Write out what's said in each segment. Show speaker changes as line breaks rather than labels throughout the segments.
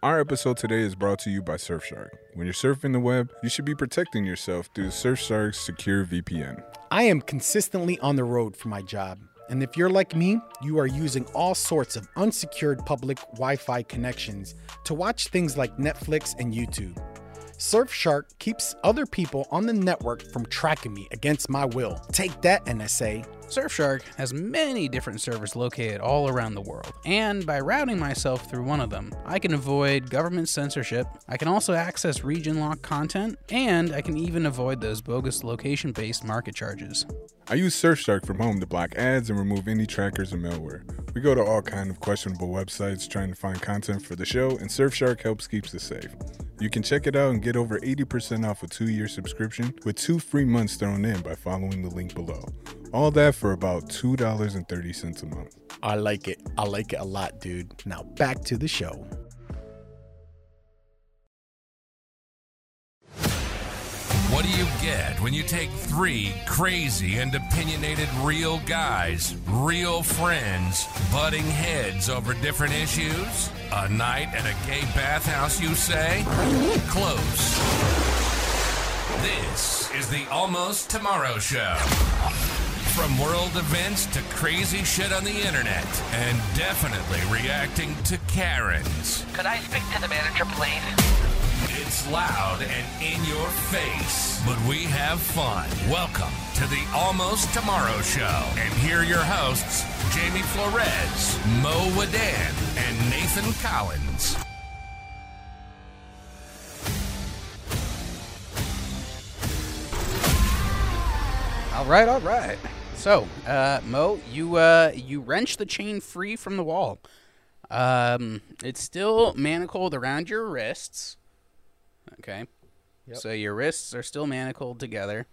Our episode today is brought to you by Surfshark. When you're surfing the web, you should be protecting yourself through Surfshark's secure VPN.
I am consistently on the road for my job. And if you're like me, you are using all sorts of unsecured public Wi Fi connections to watch things like Netflix and YouTube. Surfshark keeps other people on the network from tracking me against my will. Take that, NSA.
Surfshark has many different servers located all around the world, and by routing myself through one of them, I can avoid government censorship, I can also access region locked content, and I can even avoid those bogus location based market charges.
I use Surfshark from home to block ads and remove any trackers and malware. We go to all kind of questionable websites trying to find content for the show, and Surfshark helps keeps us safe. You can check it out and get over 80% off a two-year subscription with two free months thrown in by following the link below. All that for about $2.30 a month.
I like it. I like it a lot, dude. Now back to the show.
What do you get when you take three crazy and opinionated real guys, real friends, butting heads over different issues? A night at a gay bathhouse, you say? Close. This is the Almost Tomorrow Show. From world events to crazy shit on the internet, and definitely reacting to Karens.
Could I speak to the manager, please?
It's loud and in your face, but we have fun. Welcome to the Almost Tomorrow Show. And here are your hosts, Jamie Flores, Mo Wadan, and Nathan Collins.
All right, all right. So, uh, Mo, you uh, you wrench the chain free from the wall. Um, it's still manacled around your wrists. Okay. So your wrists are still manacled together.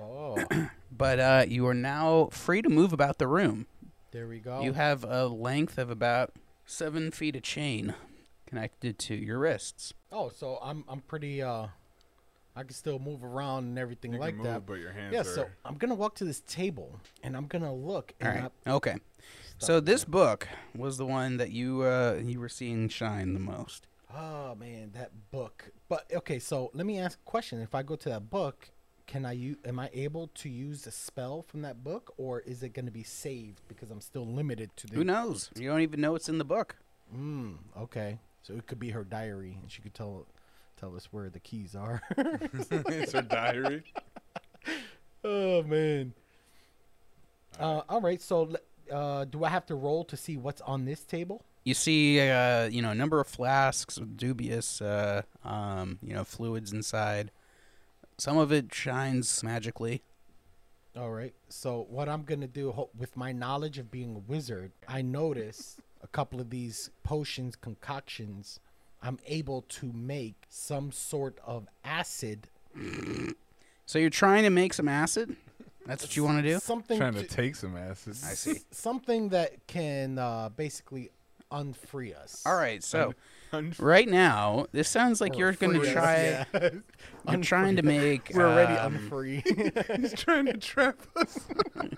Oh,
but uh, you are now free to move about the room.
there we go.
You have a length of about seven feet of chain connected to your wrists.
oh, so I'm I'm pretty uh I can still move around and everything
can
like
move,
that.
but your hands
Yeah,
are-
so I'm going to walk to this table and I'm going to look
All
and
right.
I-
Okay. So this book was the one that you uh, you were seeing shine the most.
Oh man, that book. But okay, so let me ask a question. If I go to that book, can I u- am I able to use the spell from that book or is it going to be saved because I'm still limited to the
Who knows? You don't even know what's in the book.
Mm, okay. So it could be her diary and she could tell tell us where the keys are.
it's her diary.
oh man. Uh, all right, so le- uh, do I have to roll to see what's on this table?
You see, uh, you know, a number of flasks with dubious, uh, um, you know, fluids inside. Some of it shines magically.
All right. So what I'm gonna do ho- with my knowledge of being a wizard, I notice a couple of these potions concoctions. I'm able to make some sort of acid.
So you're trying to make some acid? That's what you want to do?
Something.
Trying to
to-
take some acid.
I see.
something that can uh, basically unfree us.
All right, so right now, this sounds like you're going to
free us,
try.
yeah.
I'm trying to make.
We're already
um,
unfree.
He's trying to trap us.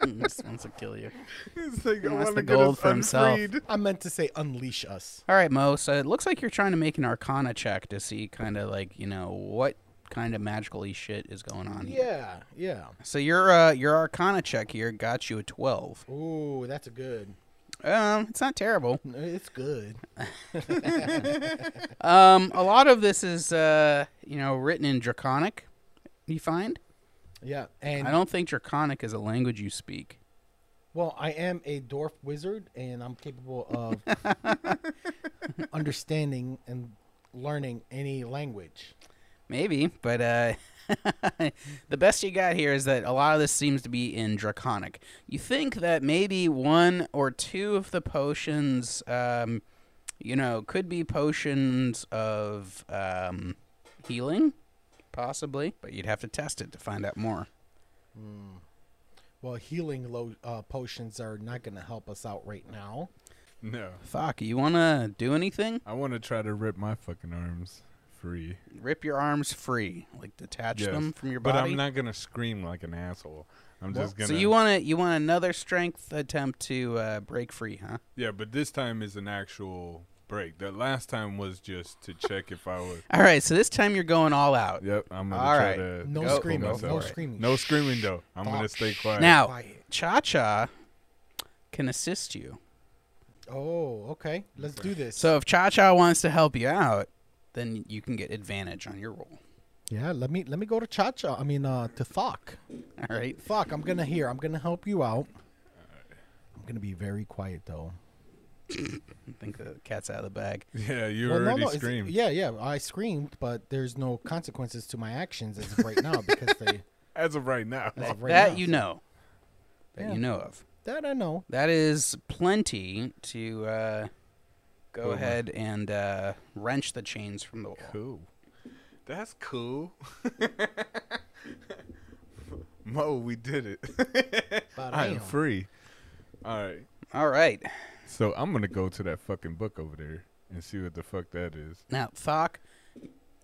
this wants to kill you.
It's like, I
wants
wanna
the
get us
gold for himself.
unfreed.
I meant to say unleash us.
All right, Mo. So it looks like you're trying to make an Arcana check to see kind of like you know what kind of magical shit is going on here.
Yeah, yeah.
So your uh, your Arcana check here got you a twelve.
Ooh, that's a good.
Um, it's not terrible.
It's good.
Um, a lot of this is uh, you know, written in Draconic. You find?
Yeah, and
I don't think Draconic is a language you speak.
Well, I am a dwarf wizard, and I'm capable of understanding and learning any language.
Maybe, but uh, the best you got here is that a lot of this seems to be in Draconic. You think that maybe one or two of the potions, um, you know, could be potions of um, healing, possibly, but you'd have to test it to find out more.
Well, healing lo- uh, potions are not going to help us out right now.
No.
Fuck, you want to do anything?
I want to try to rip my fucking arms free.
Rip your arms free, like detach
Yes.
them from your
But
body.
I'm not going to scream like an asshole. I'm just going to.
So you want to you want another strength attempt to uh, break free, huh?
Yeah, but this time is an actual break. The last time was just to check if I was.
All right, so this time you're going all out.
Yep, I'm gonna
All
try
right.
to. control
Go- go
No screaming.
myself.
No
for it.
screaming.
No screaming though. I'm gonna
Fuck.
stay quiet.
Now,
Quiet.
Cha Cha can assist you.
Oh, okay. Let's do this.
So if Cha Cha wants to help you out, then you can get advantage on your roll.
yeah, let me let me go to Cha Cha. I mean, uh, to Thok.
All right.
Thok, I'm gonna hear. I'm gonna help you out. I'm gonna be very quiet though.
I think the cat's out of the bag.
yeah, you
Well,
already
it's-
screamed.
Yeah, yeah. I screamed, but there's no consequences to my actions as of right now because they.
As of right now.
As of right
that
now.
you know. That
Yeah.
you know of.
That I know.
That is plenty to uh, go
Boomer.
ahead and uh, wrench the chains from the wall.
Cool. That's cool. Mo, we did it. I'm
Bam.
free. All right.
All right.
So I'm gonna go to that fucking book over there and see what the fuck that is.
Now, Thok,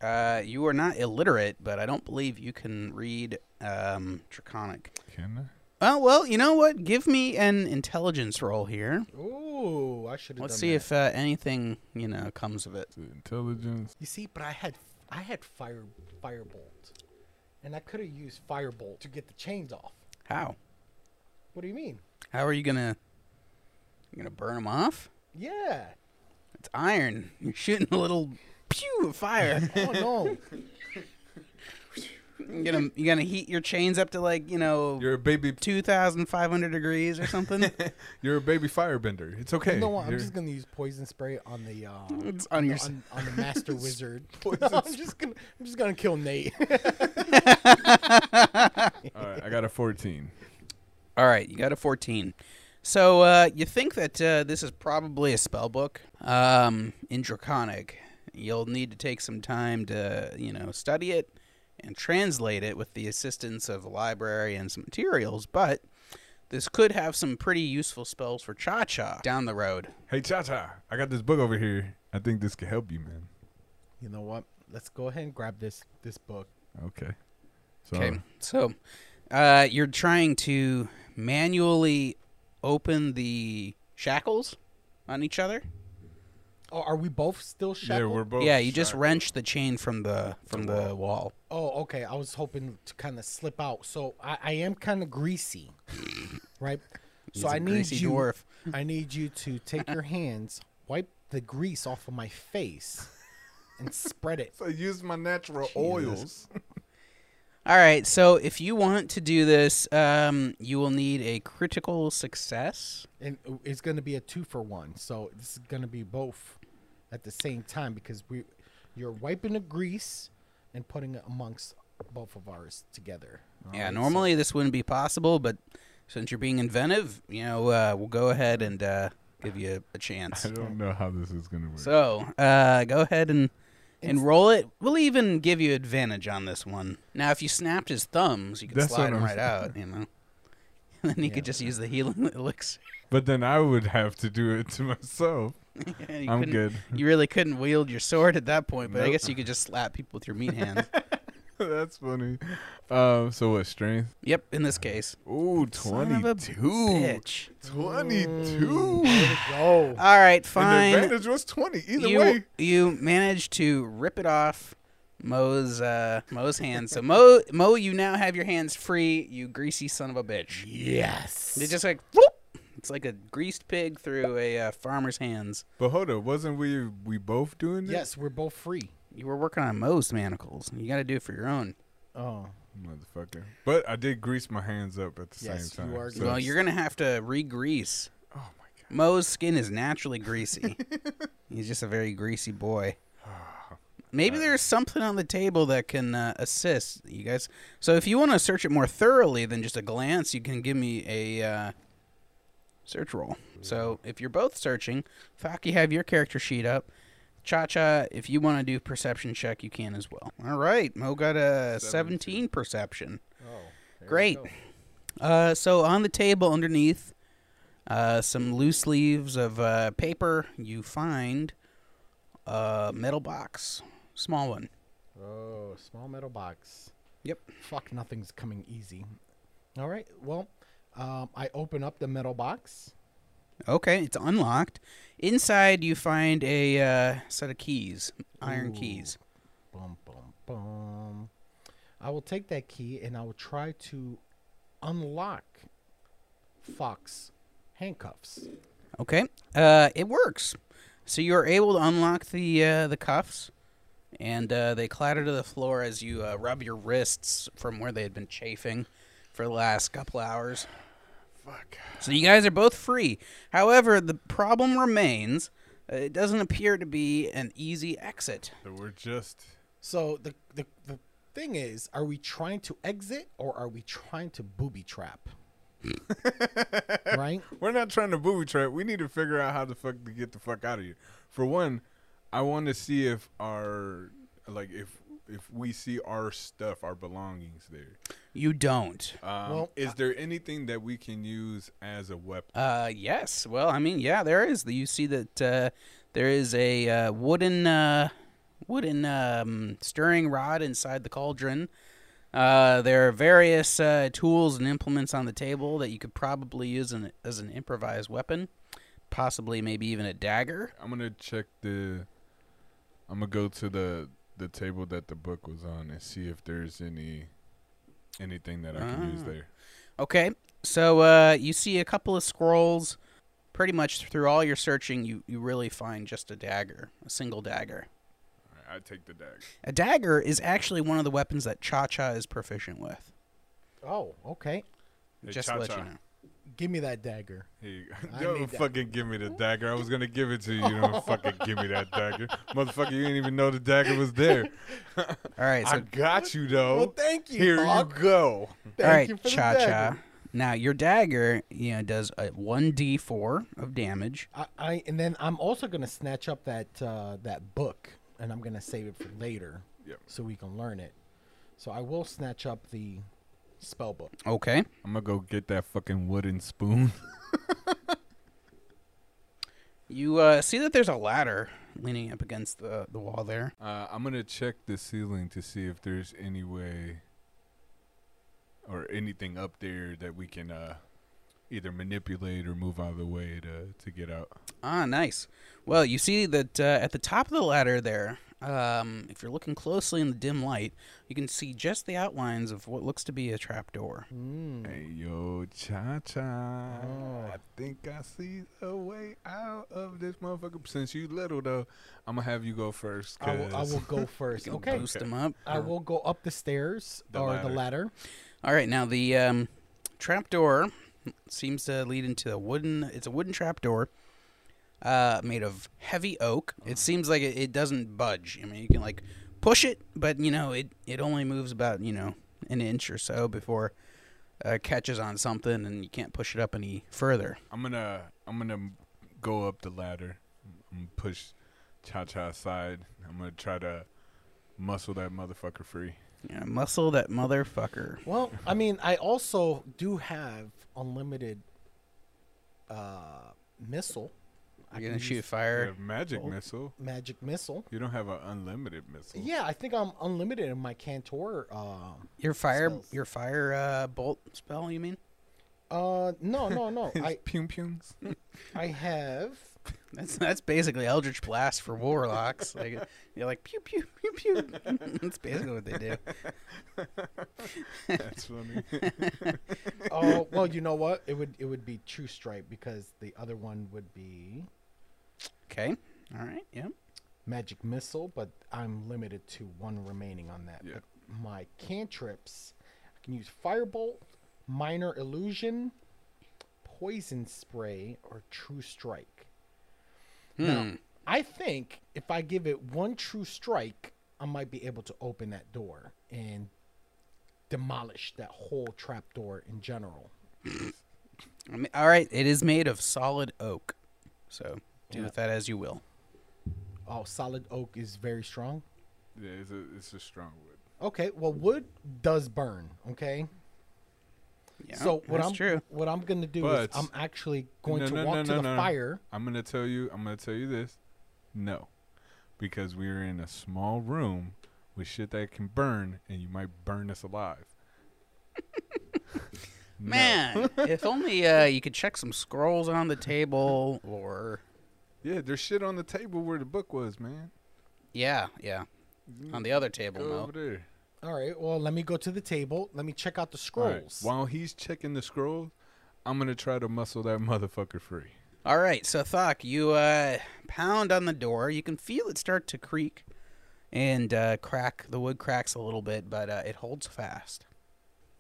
uh, you are not illiterate, but I don't believe you can read um, Draconic.
Can
Oh, well, you know what? Give me an intelligence roll here.
Ooh, I should have.
Let's
done
see
that.
if uh, anything, you know, comes of it.
I? Intelligence.
You see, but I had I had fire firebolt, and I could have used firebolt to get the chains off.
How?
What do you mean?
How are you going to you going to burn them off?
Yeah.
It's iron. You're shooting a little pew of fire.
Oh no.
you're going to you're going to heat your chains up to like, you know,
You're a baby.
2500 degrees or something.
You're a baby firebender. It's okay.
You know what? I'm
You're-
just gonna use poison spray on the uh,
It's on your s-
on, on the master wizard. I'm just gonna I'm just gonna kill Nate.
All right. I got a 14.
All right, you got a 14. So uh, you think that uh, this is probably a spell book um, in Draconic. You'll need to take some time to, you know, study it and translate it with the assistance of a library and some materials, but this could have some pretty useful spells for Cha Cha down the road.
Hey, Cha Cha, I got this book over here. I think this could help you, man.
you know what? Let's go ahead and grab this this book.
Okay. So,
Okay, so uh, you're trying to manually open the shackles on each other?
Oh, are we both still
Yeah,
shackled?
we're both.
yeah, you just
shackled.
wrench the chain from the from the wall.
oh, okay. I was hoping to kind of slip out, so I, I am kind of greasy, right? so
He's
I
a
need
greasy
you.
dwarf.
I need you to take your hands, wipe the grease off of my face, and spread it.
So I use my natural oils.
All right, so if you want to do this, um, you will need a critical success.
and it's going to be a two for one. So this is going to be both at the same time because we, you're wiping the grease and putting it amongst both of ours together.
yeah, normally this wouldn't be possible, but since you're being inventive, you know, uh, we'll go ahead and uh, give you a chance.
I don't know how this is going to work.
So uh, go ahead and and roll it. We'll even give you advantage on this one. Now, if you snapped his thumbs, you could
That's
slide
what
him
I'm
right out. You know, and then he could just use the healing elixir.
but then I would have to do it to myself.
And you
I'm
couldn't-
good.
You really couldn't wield your sword at that point, but I
Nope.
guess you could just slap people with your meat hands.
That's funny. Um, so what strength?
yep, in this case.
Ooh,
Son of a
22.
bitch.
22.
Oh,
All right,
And the
fine.
advantage was 20. Either
You
way.
you managed to rip it off Mo's uh, Mo's hands. So Mo Mo, you now have your hands free. You greasy son of a bitch.
yes.
They just like whoop. It's like a greased pig through a uh, farmer's hands.
But hold up, wasn't we we both doing this?
yes, we're both free.
You were working on Mo's manacles. You got to do it for your own.
Oh,
Motherfucker. But I did grease my hands up at the
Yes,
same time.
you are
so-
Well, you're gonna have to re-grease.
oh my god.
Mo's skin is naturally greasy. He's just a very greasy boy. Maybe there's something on the table that can uh, assist you guys. So if you want to search it more thoroughly than just a glance, you can give me a uh, search roll. So if you're both searching, Falk, you have your character sheet up. Cha Cha, if you want to do perception check, you can as well. All right, Mo got a 17 perception.
Oh,
Great. Uh, so on the table underneath uh, some loose leaves of uh, paper, you find a metal box, small one.
oh, small metal box.
Yep.
Fuck, nothing's coming easy. All right. Well, um, I open up the metal box.
Okay, it's unlocked. Inside, you find a uh, set of keys, iron keys.
Bum, bum, bum. I will take that key and I will try to unlock Fox handcuffs.
Okay, uh, it works. So you are able to unlock the uh, the cuffs, and uh, they clatter to the floor as you uh, rub your wrists from where they had been chafing for the last couple hours.
Fuck.
So you guys are both free. However, the problem remains. uh, It doesn't appear to be an easy exit.
So we're just.
So the, the the thing is, are we trying to exit or are we trying to booby trap? right?
We're not trying to booby trap. We need to figure out how the fuck to get the fuck out of here. For one, I want to see if our like if if we see our stuff, our belongings there.
You don't.
Um,
Well,
is there anything that we can use as a weapon?
Uh, yes. Well, I mean, yeah, there is. You see that uh, there is a uh, wooden uh, wooden um, stirring rod inside the cauldron. Uh, there are various uh, tools and implements on the table that you could probably use an, as an improvised weapon, possibly maybe even a dagger.
I'm gonna check the. I'm gonna go to the the table that the book was on and see if there's any anything that I can use
Ah.
there.
Okay, so uh, you see a couple of scrolls. Pretty much through all your searching, you, you really find just a dagger, a single dagger.
All right, I take the dagger.
A dagger is actually one of the weapons that Cha Cha is proficient with.
Oh, okay.
Hey,
just to let you
Cha-Cha.
know.
Give me that dagger.
Here you go.
I
Don't
need that.
fucking give me the dagger. I was gonna give it to you. You don't fucking give me that dagger, motherfucker. You didn't even know the dagger was there.
All right, so
I got you though.
Well, thank you,
Here
Hawk.
you go.
all
Thank
right,
you for the
Cha Cha.
dagger.
Now your dagger, you know, does a one d four of damage.
I, I and then I'm also gonna snatch up that uh, that book and I'm gonna save it for later.
Yep.
So we can learn it. So I will snatch up the spell book.
Okay.
I'm gonna go get that fucking wooden spoon.
You uh, see that there's a ladder leaning up against the the wall there.
Uh, I'm gonna check the ceiling to see if there's any way or anything up there that we can uh, either manipulate or move out of the way to to get out.
Ah, nice. Well, you see that uh, at the top of the ladder there, um, if you're looking closely in the dim light, you can see just the outlines of what looks to be a trapdoor.
Hmm.
Hey yo, cha cha!
Ah.
I think I see a way out of this motherfucker. Since you little though, I'm gonna have you go first.
I will, I
'cause-
will go first. okay.
Boost them up.
I will go up the stairs
The
or
ladder.
the ladder.
All right, now the um, trapdoor seems to lead into a wooden. It's a wooden trapdoor uh, made of heavy oak.
Mm.
It seems like it, it doesn't budge. I mean, you can like push it, but you know, it it only moves about you know an inch or so before uh, it catches on something, and you can't push it up any further.
I'm gonna I'm gonna go up the ladder. I'm gonna push cha cha aside. I'm gonna try to muscle that motherfucker free.
Yeah, muscle that motherfucker.
Well, I mean, I also do have unlimited uh, missile. I
You're
can
gonna shoot
use
You
fire.
have magic
Oh.
missile.
magic missile.
You don't have an unlimited missile.
Yeah, I think I'm unlimited in my Cantor. Uh,
Your fire,
Spells.
your fire uh, bolt spell. You mean?
uh, no, no, no.
His
I
pum pums.
I have.
That's that's basically Eldritch Blast for warlocks. Like you're like pew pew pew pew. that's basically what they do.
That's funny.
Oh well, you know what? It would it would be True Stripe because the other one would be
Okay. All right. Yeah.
magic missile, but I'm limited to one remaining on that.
Yeah.
But my cantrips, I can use firebolt, minor illusion, poison spray, or true strike. Now, I think if I give it one true strike, I might be able to open that door and demolish that whole trapdoor in general.
I mean, all right. It is made of solid oak, so do with that as you will.
Oh, solid oak is very strong.
yeah, it's a it's a strong wood.
Okay, well, wood does burn. Okay,
Yeah.
so what
that's
I'm
true.
what I'm gonna do
But-
is I'm actually going
No,
to
no,
walk
no,
to
no,
the
no.
fire.
I'm gonna tell you. I'm gonna tell you this. No, because we are in a small room with shit that can burn, and you might burn us alive.
Man, if only uh, you could check some scrolls on the table or
Yeah, there's shit on the table where the book was, man.
yeah, yeah, on the other table,
Go
Mo.
over there.
All right. Well, let me go to the table. Let me check out the
All right,
scrolls.
While he's checking the scrolls, I'm gonna try to muscle that motherfucker free.
All right, so Thok, you uh, pound on the door. You can feel it start to creak and uh, crack. The wood cracks a little bit, but uh, it holds fast.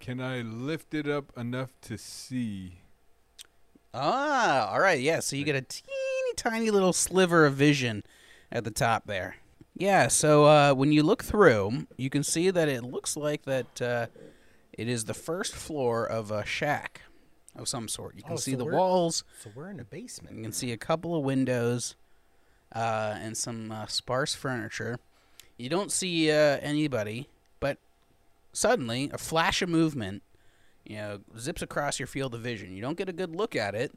Can I lift it up enough to see?
Ah, all right, yeah. So you get a teeny tiny little sliver of vision at the top there. Yeah. So uh, when you look through, you can see that it looks like that uh, it is the first floor of a shack of some sort. You can
Oh,
see
so
the
we're-
walls.
So we're in the basement.
You can see a couple of windows uh, and some uh, sparse furniture. You don't see uh, anybody, but suddenly a flash of movement, you know, zips across your field of vision. You don't get a good look at it,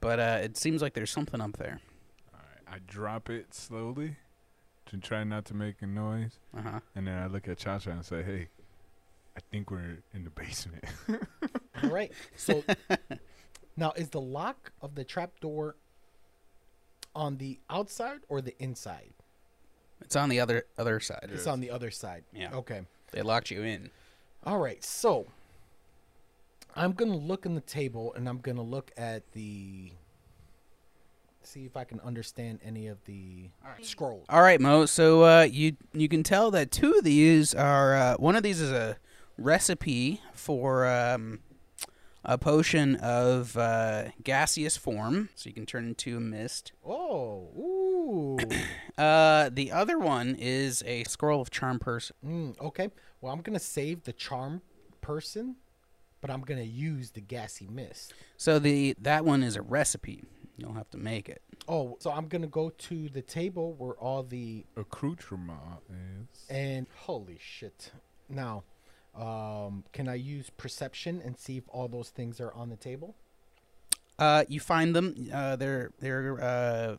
but uh, it seems like there's something up there.
All right, I drop it slowly to try not to make a noise,
Uh huh.
and then I look at Cha Cha and say, "Hey, I think we're in the basement."
All right. So now is the lock of the trapdoor on the outside or the inside?
It's on the other other side.
It's on the other side.
Yeah.
Okay.
They locked you in.
All right. So I'm going to look in the table and I'm going to look at the see if I can understand any of the scrolls.
All right, Mo. So uh, you you can tell that two of these are uh, one of these is a recipe for um, a potion of uh, gaseous form, so you can turn into a mist.
Oh, ooh.
Uh, the other one is a scroll of charm person.
Mm, okay. Well, I'm going to save the charm person, but I'm going to use the gassy mist.
So the that one is a recipe. You'll have to make it.
Oh, so I'm gonna go to the table where all the
Accoutrement is.
and holy shit. Now, um, can I use perception and see if all those things are on the table?
Uh, you find them. Uh, they're they're uh,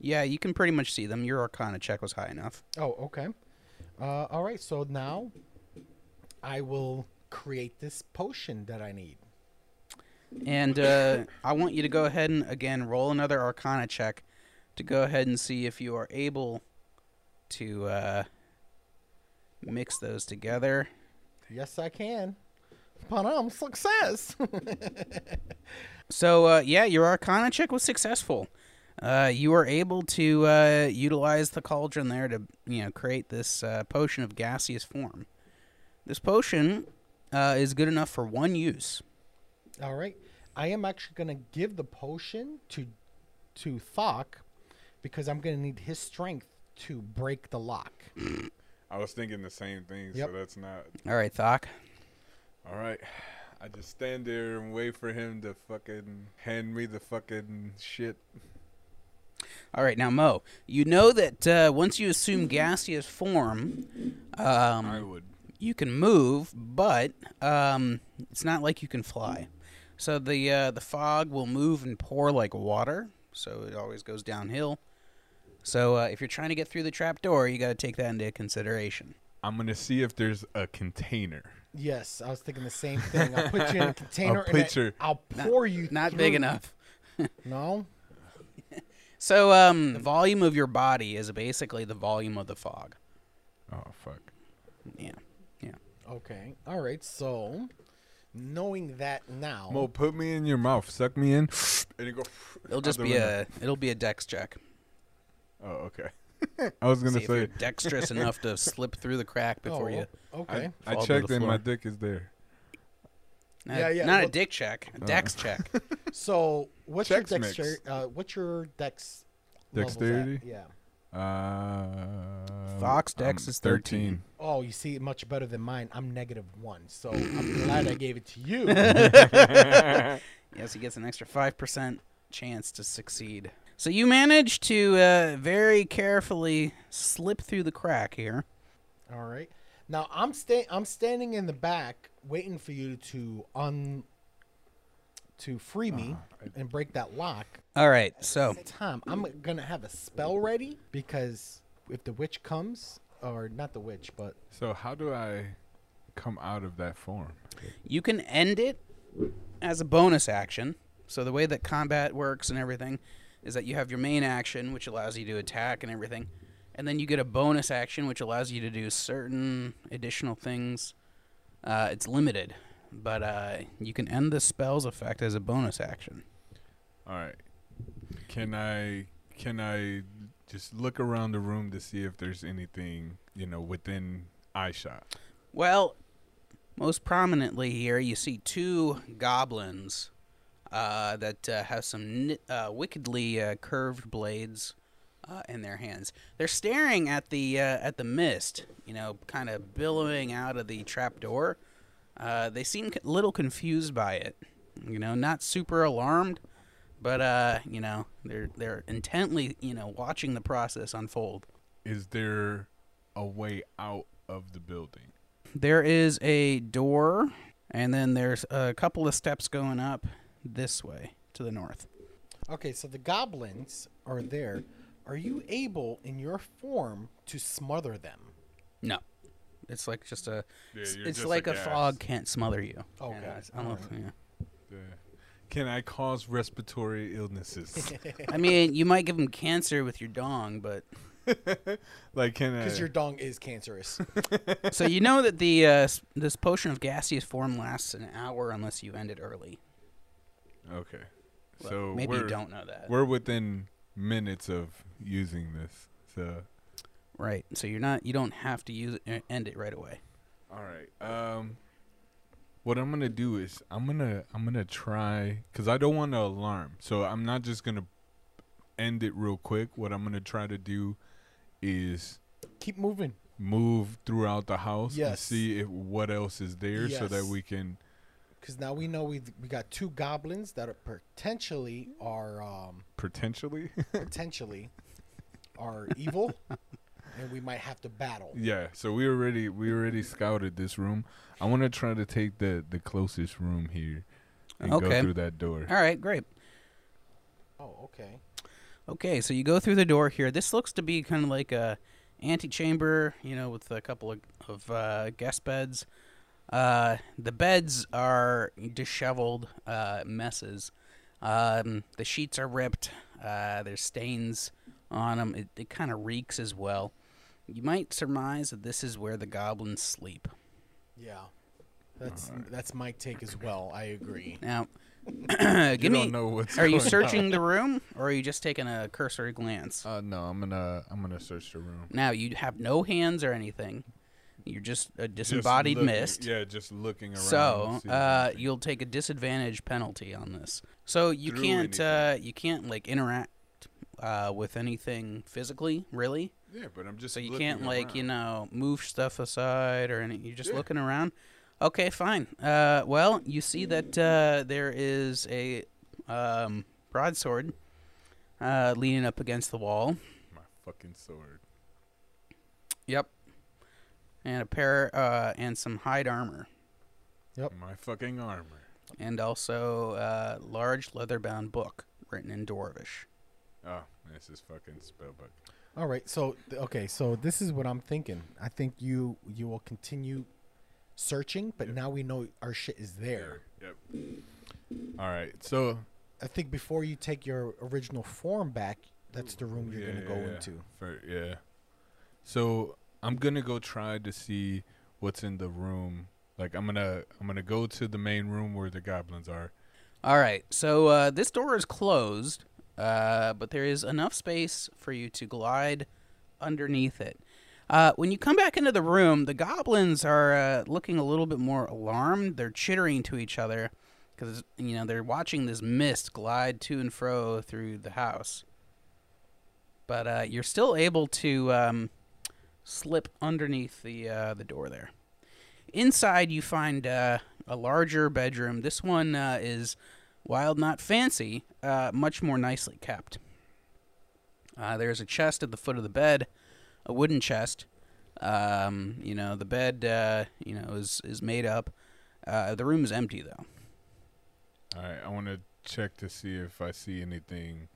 yeah. You can pretty much see them. Your Arcana check was high enough.
Oh, okay. Uh, all right. So now, I will create this potion that I need.
And uh, I want you to go ahead and again roll another Arcana check to go ahead and see if you are able to uh, mix those together.
Yes, I can. Panam success.
So uh, yeah, your Arcana check was successful. Uh, you were able to uh, utilize the cauldron there to you know create this uh, potion of gaseous form. This potion uh, is good enough for one use.
all right. I am actually gonna give the potion to to Thok because I'm gonna need his strength to break the lock.
I was thinking the same thing,
Yep.
so that's not
All right, Thok.
All right. I just stand there and wait for him to fucking hand me the fucking shit.
All right, now Mo, you know that uh, once you assume gaseous form, um,
I would.
you can move, but um, it's not like you can fly. So the uh, the fog will move and pour like water, so it always goes downhill. So uh, if you're trying to get through the trap door, you got to take that into consideration.
I'm going to see if there's a container.
Yes, I was thinking the same thing. I'll put you in a container and
put
I-
you-
I'll pour you.
Not big
through.
enough.
No.
So um, the volume of your body is basically the volume of the fog.
Oh, fuck.
Yeah, yeah.
Okay. All right. So, knowing that now,
Mo, put me in your mouth. Suck me in. And it go.
It'll
out
just
the
be
window.
a it'll be a dex check.
Oh, okay. I was going
See
to
if you're
say.
dexterous enough to slip through the crack before you.
oh, okay.
I, I
Fall to
checked
the
and my
floor.
dick is there.
Not,
Yeah, yeah,
not
well-
a dick check,
Uh,
a dex check.
So, what's
Chex
your
mix.
dexter? Uh, what's your dex? levels at?
Dexterity?
Yeah.
Uh,
Fox Dex
I'm
is 13.
Oh, you see, much better than mine. I'm negative one, so I'm glad I gave it to you.
yes, he gets an extra 5% chance to succeed. So you manage to uh, very carefully slip through the crack here.
All right. Now I'm sta- I'm standing in the back waiting for you to un to free me
Ah,
and break that lock.
All right, so
Tom, I'm gonna have a spell ready because if the witch comes, or not the witch, but
So, how do I come out of that form?
You can end it as a bonus action. So the way that combat works and everything is that you have your main action, which allows you to attack and everything, and then you get a bonus action, which allows you to do certain additional things. Uh, it's limited, but uh, you can end the spell's effect as a bonus action.
All right. Can I can I just look around the room to see if there's anything you know within eye shot?
Well, most prominently here, you see two goblins uh, that uh, have some ni- uh, wickedly uh, curved blades uh, in their hands. They're staring at the uh, at the mist, you know, kind of billowing out of the trapdoor. Uh, they seem a little confused by it, you know, not super alarmed, but uh, you know, they're they're intently, you know, watching the process unfold.
Is there a way out of the building?
There is a door, and then there's a couple of steps going up this way to the north.
Okay, so the goblins are there. Are you able, in your form, to smother them?
No, it's like just a.
Yeah,
it's
you're
it's
just
like
a
a,
gas.
fog can't smother you.
Okay,
Yeah, it's- I, don't know, yeah.
Uh, Can I cause respiratory illnesses?
I mean, you might give them cancer with your dong, but
like can I?
Because your dong is cancerous.
so you know that the uh, s- this potion of gaseous form lasts an hour unless you end it early.
okay.
Well,
so
maybe
we're,
you don't know that,
We're within minutes of using this. So
right? So you're not you don't have to use it, end it right away.
All right. Um, what I'm gonna do is I'm gonna I'm gonna try because I don't want to alarm, so I'm not just gonna end it real quick. What I'm gonna try to do is
Keep moving.
move throughout the house and
Yes.
see if what else is there, so that
Yes.
we can.
Because now we know we we got two goblins that are potentially are um,
Potentially,
potentially are evil, and we might have to battle.
yeah. So we already we already scouted this room. I want to try to take the the closest room here and go
Okay.
through that door.
All right, great.
Oh, okay.
Okay, so you go through the door here. This looks to be kind of like a antechamber, you know, with a couple of, of uh, guest beds. Uh, the beds are disheveled uh, messes. Um, the sheets are ripped. Uh, there's stains on them. It, it kind of reeks as well. You might surmise that this is where the goblins sleep.
Yeah, that's that's my take as well. I agree.
Now,
You
give me.
don't know what's.
are you
going on.
searching the room, or are you just taking a cursory glance?
Uh, no, I'm gonna I'm gonna search the room.
Now you have no hands or anything. You're just a
Just
disembodied
looking-
mist.
Yeah, just looking around.
So
see
uh,
anything.
you'll take a disadvantage penalty on this. So you
Through
can't uh, you can't like interact uh, with anything physically, really.
yeah, but I'm just
So you
looking
can't like you
around.
know move stuff aside or any. You're just
Yeah.
looking around. Okay, fine. Uh, well, you see that uh, there is a um, broadsword uh, leaning up against the wall.
my fucking sword.
Yep. And a pair uh, and some hide armor,
My fucking armor.
and also a large leather-bound book written in Dwarvish.
Oh, this is fucking spellbook.
All right. So th- okay. So this is what I'm thinking. I think you you will continue searching, but now we know our shit is there.
Yep. All right. So
I think before you take your original form back, that's the room you're
yeah,
gonna go
yeah, yeah.
into.
For, yeah. So I'm gonna go try to see what's in the room. Like I'm gonna I'm gonna go to the main room where the goblins are.
All right, so uh, this door is closed, uh, but there is enough space for you to glide underneath it. Uh, when you come back into the room, the goblins are uh, looking a little bit more alarmed. They're chittering to each other because you know they're watching this mist glide to and fro through the house. But uh, you're still able to um, slip underneath the uh, the door there. Inside, you find uh, a larger bedroom. This one uh, is wild, not fancy, uh, much more nicely kept. Uh, there's a chest at the foot of the bed, a wooden chest. Um, you know, the bed, uh, you know, is is made up. Uh, the room is empty though.
All right. I want to check to see if I see anything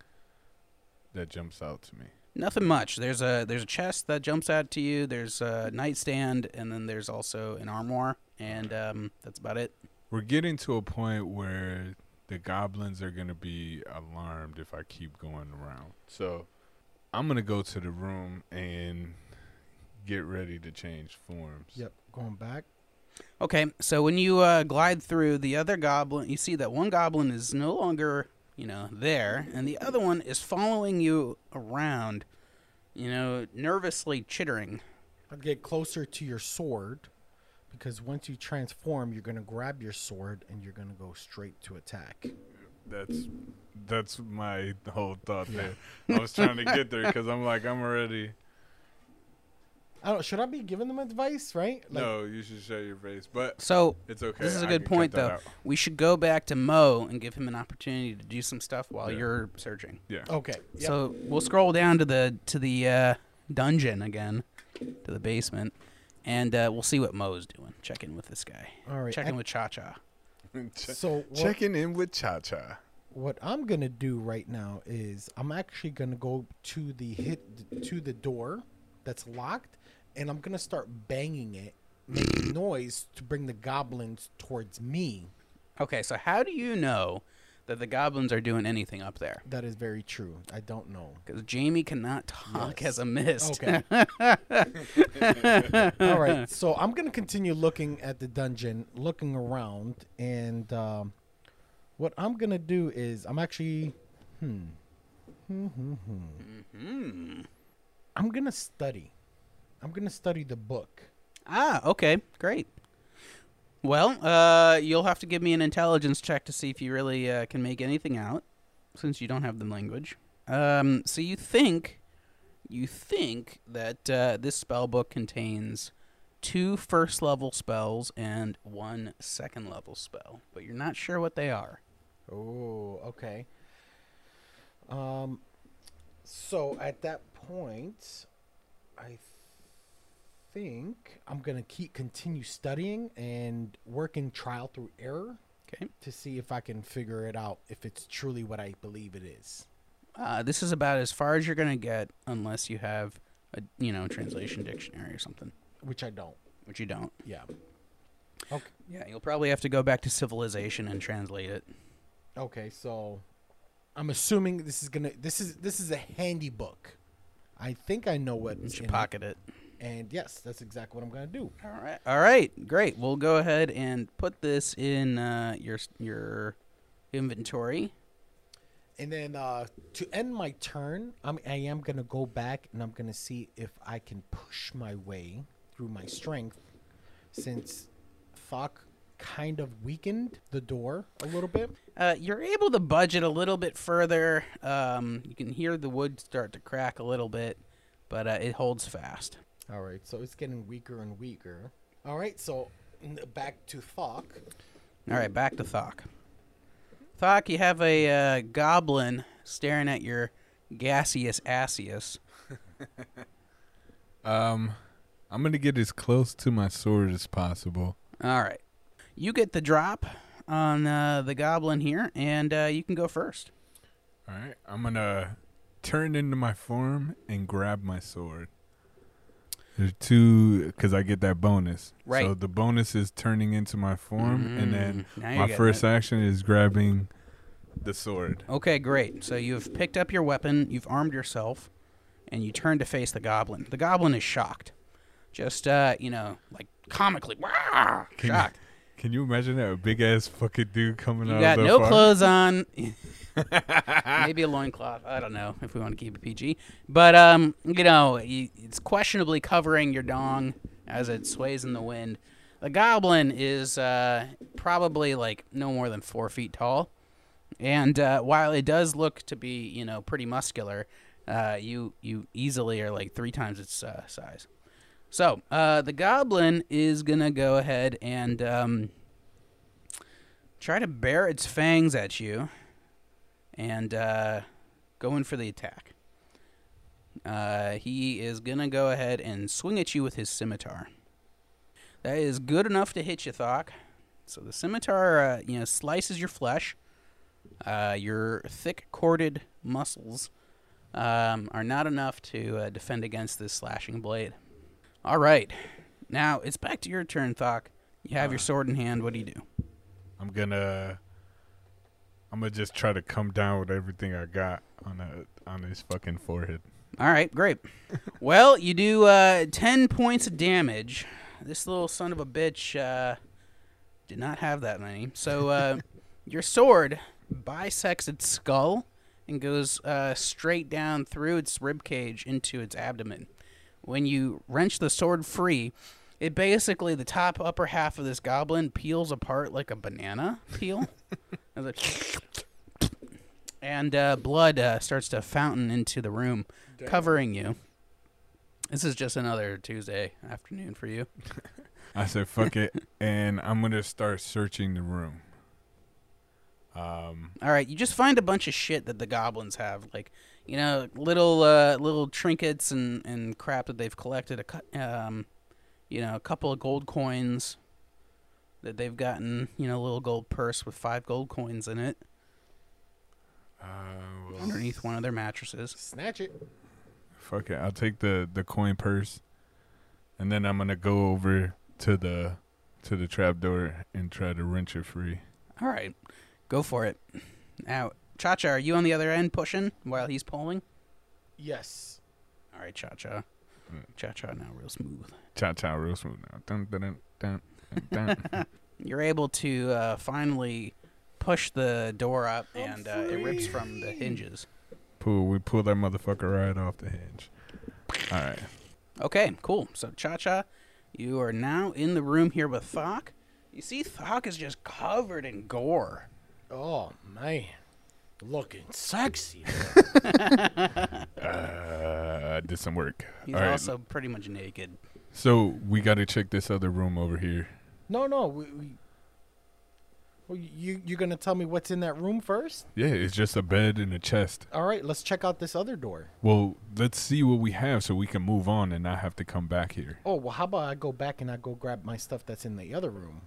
that jumps out to me.
Nothing much. There's a there's a chest that jumps out to you. There's a nightstand, and then there's also an armoire and um, that's about it.
We're getting to a point where the goblins are gonna be alarmed if I keep going around. So I'm gonna go to the room and get ready to change forms.
Yep. Going back.
Okay, so when you uh, glide through the other goblin, you see that one goblin is no longer, you know, there, and the other one is following you around, you know, nervously chittering.
i get closer to your sword because once you transform, you're going to grab your sword and you're going to go straight to attack.
That's that's my whole thought there. I was trying to get there because I'm like I'm already.
I don't. Should I be giving them advice? Right? Like,
no, you should show your face, but
So
it's okay.
this is a
I
good
can cut
point,
that
though.
out.
We should go back to Mo and give him an opportunity to do some stuff while you're searching.
Yeah.
Okay. Yep.
So we'll scroll down to the to the uh, dungeon again, to the basement, and uh, we'll see what Mo's doing. Check in with this guy.
All right,
Check
I-
in with Cha Cha.
Che-
So what-
checking in with Cha Cha.
what I'm gonna do right now is I'm actually gonna go to the hit to the door that's locked, and I'm gonna start banging it, making noise to bring the goblins towards me.
Okay, so how do you know that the goblins are doing anything up there?
That is very true. I don't know.
Because Jamie cannot talk as a mist.
Okay. All right. So I'm gonna continue looking at the dungeon, looking around, and um, what I'm gonna do is I'm actually,
Mm-hmm.
hmm, hmm, hmm. I'm gonna study. I'm gonna study the book.
ah, okay, great. Well, uh, you'll have to give me an intelligence check to see if you really uh, can make anything out, since you don't have the language. Um, so you think, you think that uh, this spell book contains two first level spells and one second level spell, but you're not sure what they are.
Oh, okay. Um, so at that point, I think I'm gonna keep continue studying and working trial through error
Okay.
to see if I can figure it out if it's truly what I believe it is.
Uh, this is about as far as you're gonna get, unless you have a you know translation dictionary or something,
Which I don't.
which you don't.
Yeah. Okay.
Yeah, you'll probably have to go back to civilization and translate it.
Okay. So, I'm assuming this is gonna. This is this is a handy book. I think I know what.
You should pocket it.
And yes, that's exactly what I'm gonna do.
All right, all right, great. We'll go ahead and put this in uh, your s- your inventory.
And then uh, to end my turn, I'm, I am going to go back and I'm going to see if I can push my way through my strength since Fock kind of weakened the door a little bit.
Uh, you're able to budget a little bit further. Um, you can hear the wood start to crack a little bit, but uh, it holds fast.
All right, so it's getting weaker and weaker. All right, so n- back to Fock.
All right, back to Thok. Thok, you have a uh, goblin staring at your gaseous asseus.
Um, I'm gonna get as close to my sword as possible.
All right, you get the drop on uh, the goblin here, and uh, you can go first.
All right, I'm gonna turn into my form and grab my sword. There's two because I get that bonus.
Right.
So the bonus is turning into my form, and then
Mm, now you
my
get
first
it.
action is grabbing the sword.
Okay, great. So you've picked up your weapon, you've armed yourself, and you turn to face the goblin. The goblin is shocked, just uh, you know, like comically, Wah!
you-
shocked.
Can you imagine that a big ass fucking dude coming
You
out
got
of the
no
far-
clothes on. Maybe a loincloth. I don't know if we want to keep it PG. But, um, you know, you, it's questionably covering your dong as it sways in the wind. The goblin is uh, probably like no more than four feet tall. And uh, while it does look to be, you know, pretty muscular, uh, you, you easily are like three times its uh, size. So uh, the goblin is going to go ahead and. Um, try to bear its fangs at you and uh, go in for the attack. Uh, he is going to go ahead and swing at you with his scimitar. That is good enough to hit you, Thok. So the scimitar, uh, you know, slices your flesh. Uh, your thick corded muscles um, are not enough to uh, defend against this slashing blade. All right. Now it's back to your turn, Thok. You have your sword in hand. What do you do?
I'm gonna I'm gonna just try to come down with everything I got on a on his fucking forehead.
All right, great. well, you do uh, 10 points of damage. This little son of a bitch uh, did not have that many. So uh, your sword bisects its skull and goes uh, straight down through its rib cage into its abdomen. When you wrench the sword free, it basically, the top upper half of this goblin peels apart like a banana peel. And the- and uh, blood uh, starts to fountain into the room, covering you. This is just another Tuesday afternoon for you.
I said fuck it and I'm gonna start searching the room.
All right, you just find a bunch of shit that the goblins have, like you know, little uh, little trinkets and, and crap that they've collected. A cou- um, you know, a couple of gold coins that they've gotten. You know, a little gold purse with five gold coins in it
Uh, well,
underneath one of their mattresses.
Snatch it.
fuck it. I'll take the the coin purse and then I'm gonna go over to the to the trapdoor and try to wrench it free.
All right, go for it. Now, Cha Cha, are you on the other end pushing while he's pulling?
Yes.
All right, cha cha, cha cha. Now real smooth.
Cha cha real smooth now. Dun, dun, dun, dun, dun, dun.
You're able to uh, finally push the door up, and uh, it rips from the hinges.
Pull we pull that motherfucker right off the hinge. Alright.
Okay, cool. So cha cha, you are now in the room here with Thok. You see, Thok is just covered in gore.
Oh man, looking sexy.
Uh, I did some work.
He's
All right.
also pretty much naked.
so we got to check this other room over here.
no, no. We, we, well, you you're gonna tell me what's in that room first?
Yeah, it's just a bed and a chest.
All right, let's check out this other door.
Well, let's see what we have so we can move on and not have to come back here.
Oh well, how about I go back and I go grab my stuff that's in the other room?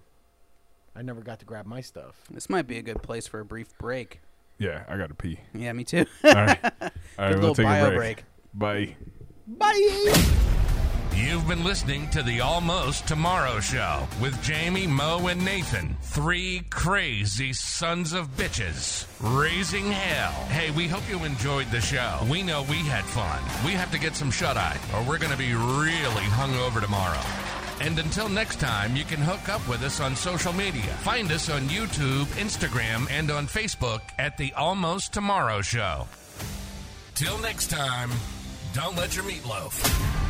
I never got to grab my stuff.
This might be a good place for a brief break.
Yeah, I got to pee.
Yeah, me too.
All right. All
Good
right,
little
we'll take
bio
a break. Bye.
You've been listening to the Almost Tomorrow Show with Jamie, Moe, and Nathan. Three crazy sons of bitches raising hell. Hey, we hope you enjoyed the show. We know we had fun. We have to get some shut eye, or we're going to be really hungover tomorrow. And until next time, you can hook up with us on social media. Find us on YouTube, Instagram, and on Facebook at The Almost Tomorrow Show. Till next time, don't let your meatloaf